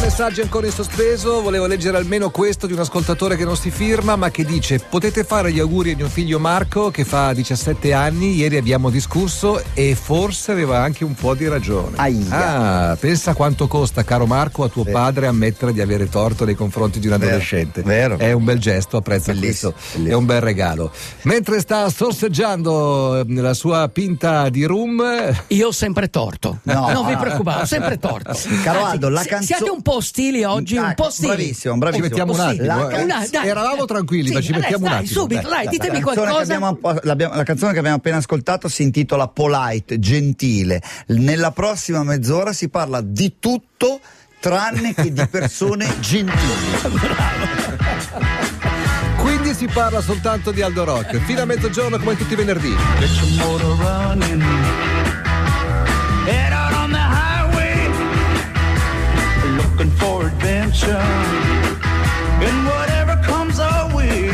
messaggi ancora in sospeso. Volevo leggere almeno questo di un ascoltatore che non si firma, ma che dice: Potete fare gli auguri a mio figlio Marco, che fa 17 anni. Ieri abbiamo discusso e forse aveva anche un po' di ragione. Aia. Ah, pensa quanto costa, caro Marco, a tuo Vero. padre ammettere di avere torto nei confronti di un Vero, adolescente. vero. È un bel gesto, apprezzo Bellissimo, questo. bellissimo. È un bel regalo. Mentre sta sorseggiando eh, la sua pinta di rum, eh, Io ho sempre torto. No. non vi preoccupate, ho sempre torto. Caro Aldo, la si- canzone- Siete un po' ostili oggi, Ah, un po' ostili. bravissimo, bravissimo. Ci mettiamo un attimo, La eh. canz- dai. Eravamo tranquilli, ma ci dai, mettiamo un dai, attimo, Subito, dai. dai, La ditemi canzone, che abbiamo qualcosa. app- l'abbiamo- la canzone che abbiamo appena ascoltato si intitola Polite, gentile. Nella prossima mezz'ora si parla di tutto tranne che di persone gentili. 15 si parla soltanto di Aldo Rock. Fino a mezzogiorno, come tutti i venerdì. Get your motor running. Head out on the highway. Looking for adventure. And whatever comes our way.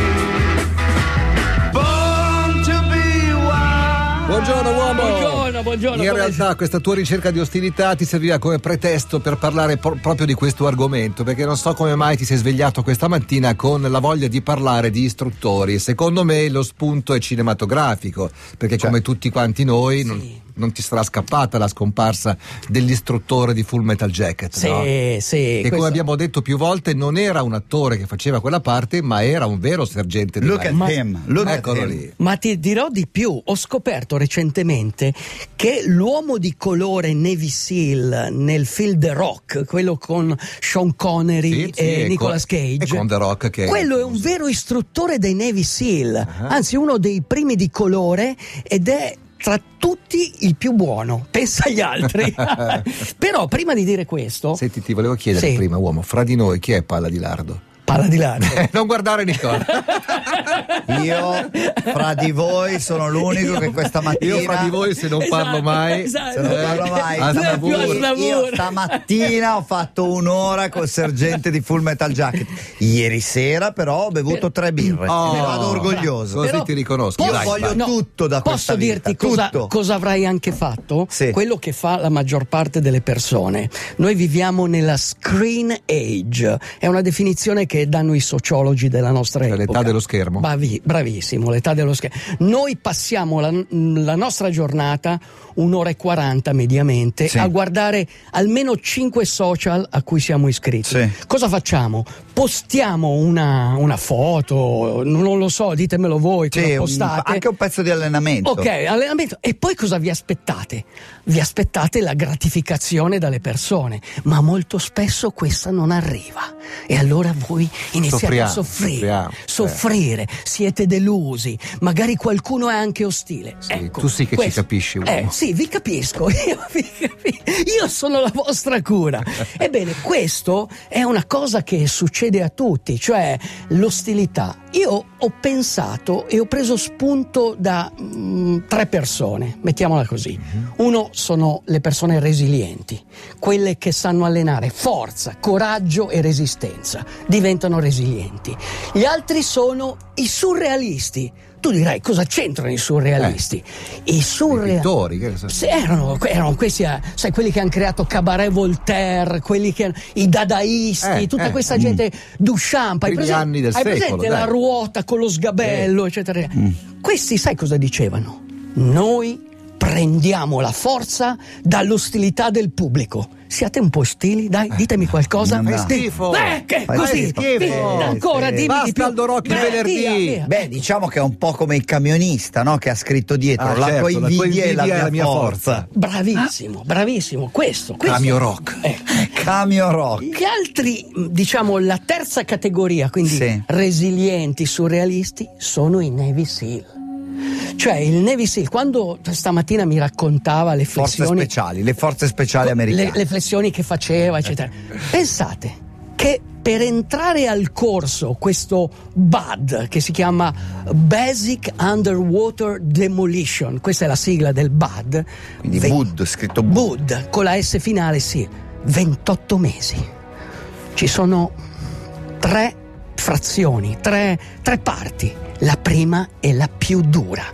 Born to be wild. Buongiorno, uomo. Buongiorno, buongiorno. In come- realtà questa tua ricerca di ostilità ti serviva come pretesto per parlare pro- proprio di questo argomento, perché non so come mai ti sei svegliato questa mattina con la voglia di parlare di istruttori. Secondo me lo spunto è cinematografico, perché come tutti quanti noi non, non ti sarà scappata la scomparsa dell'istruttore di Full Metal Jacket. Sì, no? sì. Che come questo- abbiamo detto più volte non era un attore che faceva quella parte, ma era un vero sergente di Look mare. at him, look at Eccolo him. lì. Ma ti dirò di più, ho scoperto recentemente che l'uomo di colore Navy Seal nel film The Rock, quello con Sean Connery Sì, sì, e e con- Nicolas Cage, e con The Rock che- Ah. quello è un vero istruttore dei Navy Seal, anzi uno dei primi di colore ed è tra tutti il più buono, pensa agli altri. Però prima di dire questo, Senti, ti volevo chiedere Sì. prima, uomo, fra di noi chi è Palla di Lardo? Eh, parla di là. non guardare Nicola. Io, fra di voi, sono l'unico che questa mattina. Io fra di voi se non parlo Esatto, mai. eh, esatto. Se non parlo mai. a Non è più Snavur. Asnavur. Io stamattina ho fatto un'ora col sergente di Full Metal Jacket. Ieri sera, però, ho bevuto tre birre. Oh. Ne vado orgoglioso. Così ti riconosco. Io Dai, voglio vai. No, tutto da questa Posso vita, dirti cosa, tutto. cosa avrai anche fatto? Sì. Quello che fa la maggior parte delle persone. Noi viviamo nella screen age, è una definizione che danno i sociologi della nostra Cioè, epoca. l'età dello schermo. Bravi- bravissimo, l'età dello schermo. Noi passiamo la, la nostra giornata un'ora e 40 mediamente Sì. a guardare almeno 5 social a cui siamo iscritti. Sì. Cosa facciamo? Postiamo una, una foto, non lo so, ditemelo voi Sì, cosa un- postate. anche un pezzo di allenamento. Ok, allenamento. E poi cosa vi aspettate? Vi aspettate la gratificazione dalle persone, ma molto spesso questa non arriva. E allora voi iniziate a Soffriamo, soffrire, eh. soffriamo, soffrire, siete delusi, magari qualcuno è anche ostile. Sì, Ecco, tu sì che ci questo- capisci, uomo. Eh, sì, vi capisco, io, vi capi- io sono la vostra cura. Ebbene, questo è una cosa che succede a tutti, cioè l'ostilità. Io ho pensato e ho preso spunto da mm, tre persone, mettiamola così. Mhm. Uno sono le persone resilienti, quelle che sanno allenare forza, coraggio e resistenza, diventano resilienti. Gli altri sono i surrealisti. Tu dirai cosa c'entrano i surrealisti? I I surrealisti. pittori, che ne so. Sì, erano, erano questi, eh, sai, quelli che hanno creato Cabaret Voltaire, quelli che, i dadaisti, Eh, tutta eh, questa mm. gente, Duchamp, hai Primi presente, anni del hai secolo, presente dai. Mm. la ruota con lo sgabello, eccetera. Questi, sai cosa dicevano? Noi prendiamo la forza dall'ostilità del pubblico. Siate un po' ostili, dai, ditemi qualcosa. no. Eh. Fai schifo. Eh, che Fai così. schifo. Sì, ancora Sì. dimmi Basta di più. Aldo Rocchi, Beh, venerdì. via, via. Beh, diciamo che è un po' come il camionista, no? Che ha scritto dietro Ah, la certo, tua la tua invidia è la invidia mia, è la mia forza. Bravissimo, bravissimo, questo, questo. Camio rock. Ecco. Camion rock. Gli altri, mh, diciamo la terza categoria, quindi Sì. resilienti, surrealisti, sono i Navy SEAL. Cioè il Navy SEAL, quando stamattina mi raccontava le Forze flessioni, speciali, le forze speciali americane. le, le flessioni che faceva, eccetera, pensate che per entrare al corso questo BAD, che si chiama Basic Underwater Demolition, questa è la sigla del BAD, Quindi ve- Wood, scritto Wood. Bud con la S finale, sì, 28 mesi. Ci sono tre frazioni, tre, tre parti. La prima è la più dura.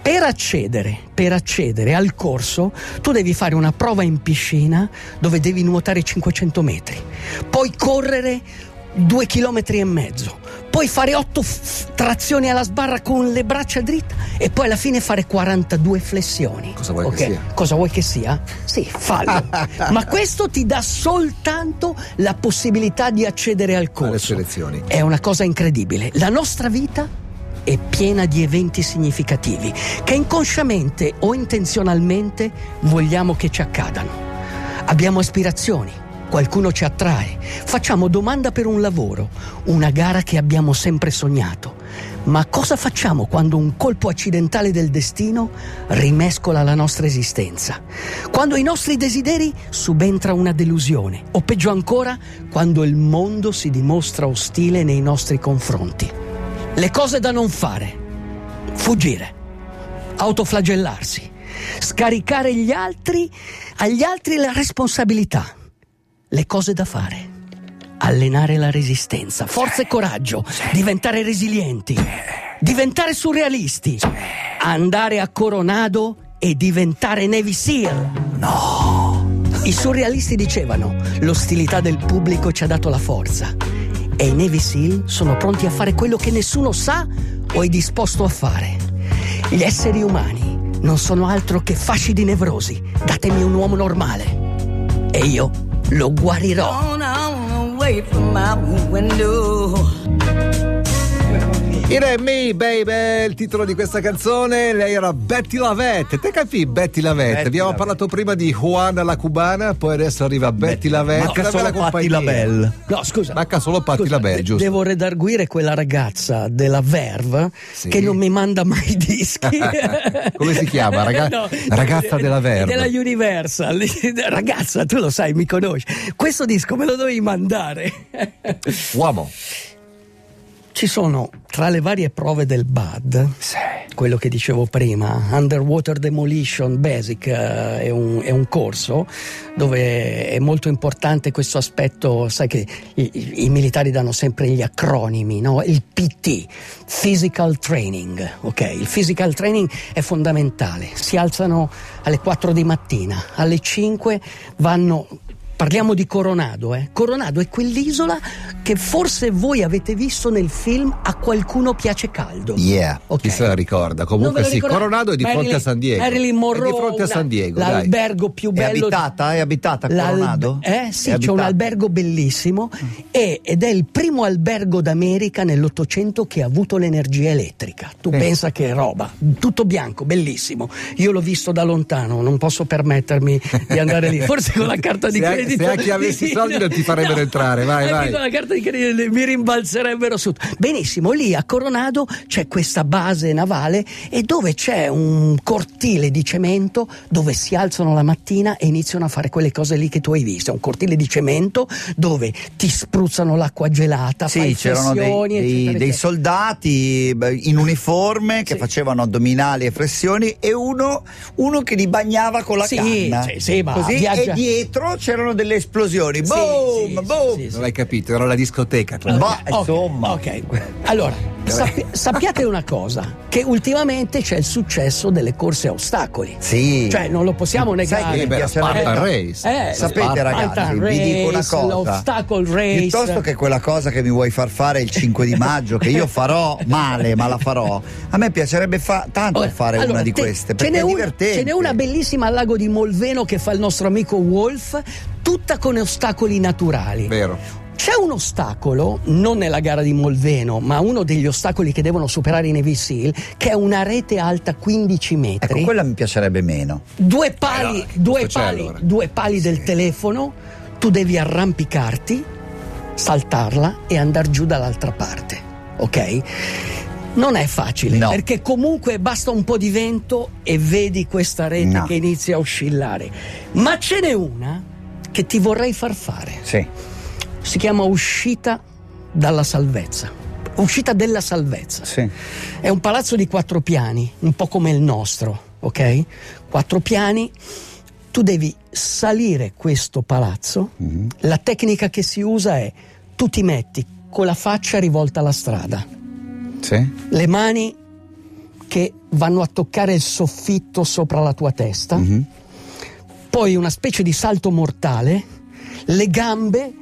Per accedere, per accedere al corso, tu devi fare una prova in piscina dove devi nuotare 500 metri, poi correre due chilometri e mezzo, poi fare otto f- trazioni alla sbarra con le braccia dritte e poi alla fine fare 42 flessioni. Cosa vuoi che Ok? sia? Cosa vuoi che sia? Sì, fallo. Ma questo ti dà soltanto la possibilità di accedere al Alle corso. selezioni. È una cosa incredibile. La nostra vita è piena di eventi significativi che inconsciamente o intenzionalmente vogliamo che ci accadano. Abbiamo aspirazioni, qualcuno ci attrae, facciamo domanda per un lavoro, una gara che abbiamo sempre sognato. Ma cosa facciamo quando un colpo accidentale del destino rimescola la nostra esistenza? Quando ai nostri desideri subentra una delusione, o peggio ancora, quando il mondo si dimostra ostile nei nostri confronti. Le cose da non fare. Fuggire. Autoflagellarsi. Scaricare gli altri, agli altri la responsabilità. Le cose da fare. Allenare la resistenza, forza e coraggio, diventare resilienti, diventare surrealisti, andare a Coronado e diventare Navy Seal. I surrealisti dicevano: l'ostilità del pubblico ci ha dato la forza. E i Navy Seal sono pronti a fare quello che nessuno sa o è disposto a fare. Gli esseri umani non sono altro che fasci di nevrosi. Datemi un uomo normale. E io lo guarirò. on out and wait for my window. It ain't me, baby, il titolo di questa canzone. Lei era Betty Lavette. Te capì Betty Lavette? Betty Abbiamo Lavette. parlato prima di Juana la cubana, poi adesso arriva Betty Eh, Lavette. Manca una bella solo Patti compagnia. Labelle. No, scusa. Manca solo Patti Scusa, Labelle, de- giusto? Devo redarguire quella ragazza della Verve Sì. che non mi manda mai i dischi. Come si chiama? Raga- ragazza della Verve. Della Universal. ragazza, tu lo sai, mi conosci. Questo disco me lo dovevi mandare. Uomo. Ci sono tra le varie prove del BAD, quello che dicevo prima, Underwater Demolition Basic eh, è, un, è un corso dove è molto importante questo aspetto, sai che i, i- i militari danno sempre gli acronimi, no? il PT, Physical Training, ok? Il Physical Training è fondamentale, si alzano alle 4 di mattina, alle 5 vanno Parliamo di Coronado, eh. Coronado è quell'isola che forse voi avete visto nel film A qualcuno piace caldo. Yeah. Ok. Chi se la ricorda? Comunque Non ve lo sì, ricordate? Coronado è di Marilyn- fronte a San Diego. Marilyn Monroe, è di fronte a una- San Diego, dai. eh? l'albergo più È bello. abitata? È abitata L'albe- Coronado? Eh sì, È c'è un abitata. albergo bellissimo e- ed è il primo albergo d'America nell'Ottocento che ha avuto l'energia elettrica. Tu pensa che roba, tutto bianco, bellissimo. Io l'ho visto da lontano, non posso permettermi di andare lì. Forse con la carta di Se anche- credito. se anche avessi di- Eh, soldi non ti farebbero entrare, vai, anche vai. con la carta di credito mi rimbalzerebbero su. Benissimo, lì a Coronado c'è questa base navale e dove c'è un cortile di cemento dove si alzano la mattina e iniziano a fare quelle cose lì che tu hai visto. È un cortile di cemento dove ti spruzzano l'acqua gelata, fai Sì, c'erano dei, flessioni, dei- eccetera, dei eccetera. soldati beh, in uniforme che Sì. facevano addominali e flessioni e uno, uno che li bagnava con la Sì, canna. sì, sì, ma Così, viaggia- E dietro c'erano delle esplosioni. Sì, boom, sì, boom. sì, sì, sì. Non hai capito, era la discoteca. Claudio. Bah, Ok, insomma. ok. Allora, sappi- sappiate una cosa, che ultimamente c'è il successo delle corse a ostacoli. Sì. Cioè, non lo possiamo negare. Sai che mi Libera piacerebbe- Spartan Race. Eh, Sapete Spartan ragazzi, Spartan vi dico una Race, cosa. l'obstacle race. Piuttosto che quella cosa che mi vuoi far fare il 5 di maggio, che io farò male, ma la farò. A me piacerebbe fa- tanto Ora, fare allora, una di te- queste, ce perché n'è, è un- divertente. ce n'è una bellissima al lago di Molveno che fa il nostro amico Wolf, tutta con ostacoli naturali. Vero. C'è un ostacolo, non nella gara di Molveno, ma uno degli ostacoli che devono superare i Navy Seal, che è una rete alta 15 metri. Ecco, quella mi piacerebbe meno. due pali, Eh, no, due questo c'è pali, allora. due pali del telefono, tu devi arrampicarti, saltarla e andare giù dall'altra parte, ok? Non è facile, No. perché comunque basta un po' di vento e vedi questa rete No. che inizia a oscillare. Ma ce n'è una che ti vorrei far fare. Sì. Si chiama uscita dalla salvezza. Uscita della salvezza. Sì. È un palazzo di quattro piani, un po' come il nostro, ok? Quattro piani. Tu devi salire questo palazzo. La tecnica che si usa è tu ti metti con la faccia rivolta alla strada. Sì. le mani che vanno a toccare il soffitto sopra la tua testa, Mhm. poi una specie di salto mortale, le gambe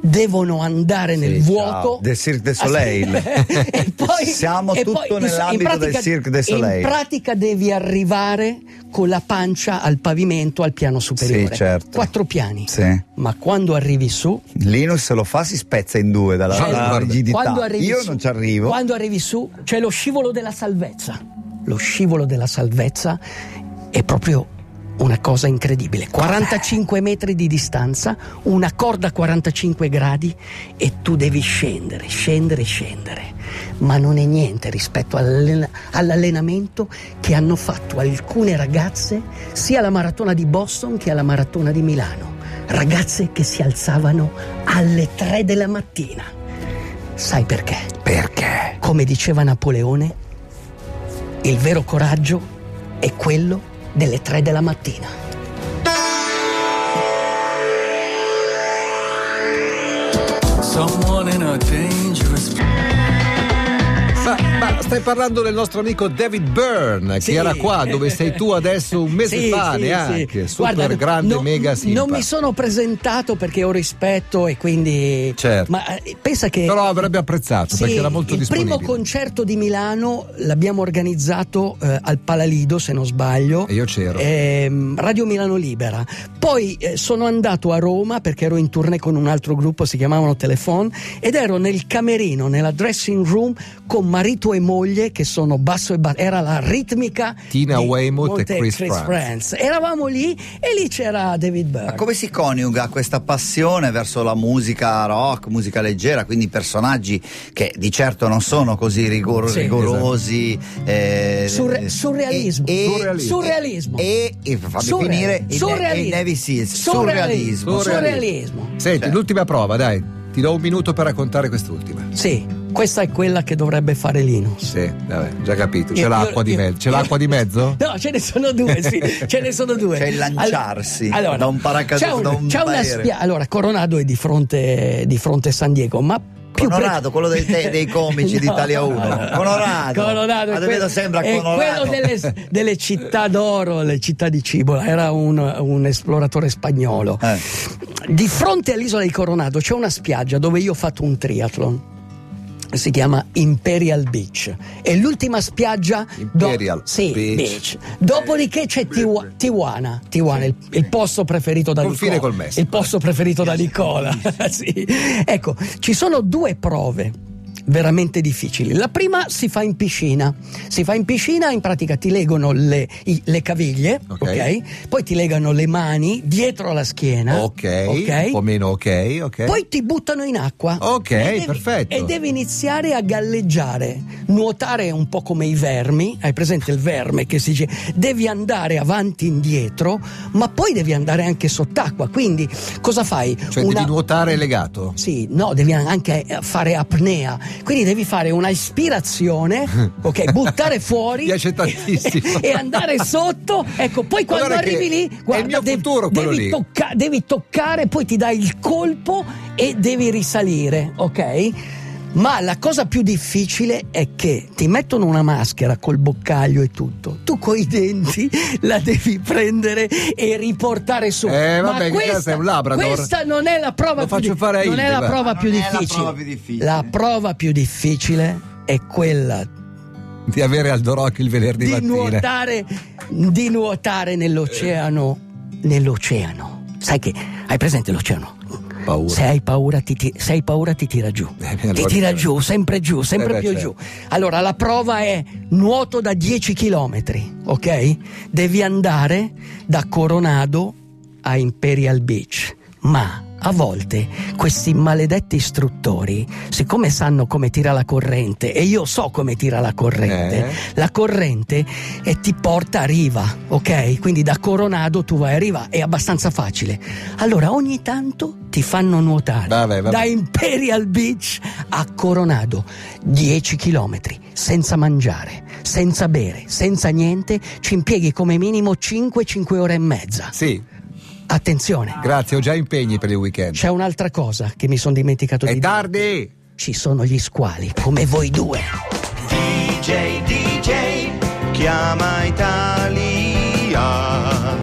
devono andare nel vuoto. Del Cirque du Soleil. e poi, Siamo e tutto poi, in nell'ambito del Cirque du Soleil. In pratica devi arrivare con la pancia al pavimento al piano superiore. certo. Quattro piani. Sì. Ma quando arrivi su, Linus se lo fa si spezza in due dalla Cioè, dalla guarda, rigidità. quando arrivi Io su- non ci arrivo. Quando arrivi su c'è lo scivolo della salvezza. Lo scivolo della salvezza è proprio una cosa incredibile. 45 metri di distanza, una corda a 45 gradi e tu devi scendere, scendere, scendere. Ma non è niente rispetto all'allena- all'allenamento che hanno fatto alcune ragazze sia alla maratona di Boston che alla maratona di Milano. Ragazze che si alzavano alle 3 della mattina. Sai perché? Perché? Come diceva Napoleone, il vero coraggio è quello delle tre della mattina. Someone in a dangerous Ma, ma stai parlando del nostro amico David Byrne, Sì. che era qua dove sei tu adesso un mese Sì, fa sì, neanche, sì. super Guarda, grande, no- mega simpa. Non mi sono presentato perché ho rispetto e quindi... Certo. Ma eh, pensa che... Però avrebbe apprezzato Sì, perché era molto il disponibile. primo concerto di Milano l'abbiamo organizzato eh, al Palalido, se non sbaglio. E io c'ero. Ehm, Radio Milano Libera. Poi eh, sono andato a Roma perché ero in tournée con un altro gruppo, si chiamavano Telefon, ed ero nel camerino, nella dressing room con marito e moglie che sono basso e basso. Era la ritmica Tina di Weymouth e Monte- Chris Franz. Franz. Eravamo lì e lì c'era David Byrne. Ma come si coniuga questa passione verso la musica rock, musica leggera, quindi personaggi che di certo non sono così rigor- Sì. esatto. rigorosi? eh, Surre- surrealismo. Surrealismo. Surrealismo. E, e fammi Surreal- finire i, ne- i surrealismo. Navy Seals. Surrealismo. Surrealismo. Surrealismo. Senti, Cioè. l'ultima prova, dai. Ti do un minuto per raccontare quest'ultima. Sì, questa è quella che dovrebbe fare Linus. Sì, vabbè, già capito. C'è Io- l'acqua io- di io- mezzo. C'è io- l'acqua di mezzo? No, ce ne sono due, sì, ce ne sono due. Cioè, il lanciarsi da un paracadute, c'è da un c'è una aereo. spia- Allora, Coronado è di fronte, di fronte a San Diego, ma più Conorado, quello dei te- dei comici di Italia 1. Conorado. Coronado Ma è da quello, vedo sembra è Conorado. quello delle, delle città d'oro, le città di Cibola. Era un, un esploratore spagnolo. Eh. Di fronte all'isola di Coronado c'è una spiaggia dove io ho fatto un triathlon. Si chiama Imperial Beach. È l'ultima spiaggia. do- Imperial sì, Beach. Beach. Dopodiché c'è Tiwa- Tijuana. Tijuana, il, il posto preferito da Confine Nicola. col Messico. Il posto preferito da Nicola. Sì. Ecco, ci sono due prove veramente difficili. La prima si fa in piscina. Si fa in piscina, in pratica ti legano le, i- le caviglie, Ok. ok? Poi ti legano le mani dietro alla schiena. Ok, Eh? ok? un po' meno ok, ok. Poi ti buttano in acqua. Ok, E devi- perfetto. E devi iniziare a galleggiare. Nuotare è un po' come i vermi. Hai presente il verme che si dice? Devi andare avanti e indietro, ma poi devi andare anche sott'acqua. Quindi cosa fai? cioè Una- devi nuotare legato. sì, no, devi anche eh, fare apnea. Quindi devi fare una ispirazione, ok? Buttare fuori. Piace tantissimo. E andare sotto. Ecco, poi quando Guarda che arrivi è lì, il guarda, mio devi, futuro quello devi lì. tocca- devi toccare, poi ti dai il colpo e devi risalire, ok? Ma la cosa più difficile è che ti mettono una maschera col boccaglio e tutto. Tu coi denti la devi prendere e riportare su. Eh, Ma vabbè, che cazzo, questa- è un Labrador. Questa non è la prova Lo più faccio di- fare a non è la Hildebrand. prova Non più è la difficile. prova più difficile. La prova più difficile è quella Di avere Aldo Rock il venerdì di mattina. nuotare, di nuotare nell'oceano. Nell'oceano. Sai che hai presente l'oceano? Paura. Se hai paura, ti, ti- se hai paura, ti tira giù. Eh, allora ti tira chiaramente. giù, sempre giù, sempre Eh, beh, più certo. giù. Allora, la prova è nuoto da 10 km, ok? Devi andare da Coronado a Imperial Beach. Ma a volte questi maledetti istruttori, siccome sanno come tira la corrente, e io so come tira la corrente, Eh. la corrente e ti porta a riva, ok? Quindi da Coronado tu vai a riva, è abbastanza facile. Allora ogni tanto ti fanno nuotare Vabbè, vabbè. da Imperial Beach a Coronado, 10 chilometri, senza mangiare, senza bere, senza niente, ci impieghi come minimo 5-5 ore e mezza. Sì, Attenzione, grazie, ho già impegni per il weekend. c'è Eh, un'altra cosa che mi sono dimenticato Certo, di È dire. tardi! Ci sono gli squali, come voi due. DJ, DJ, chiama Italia.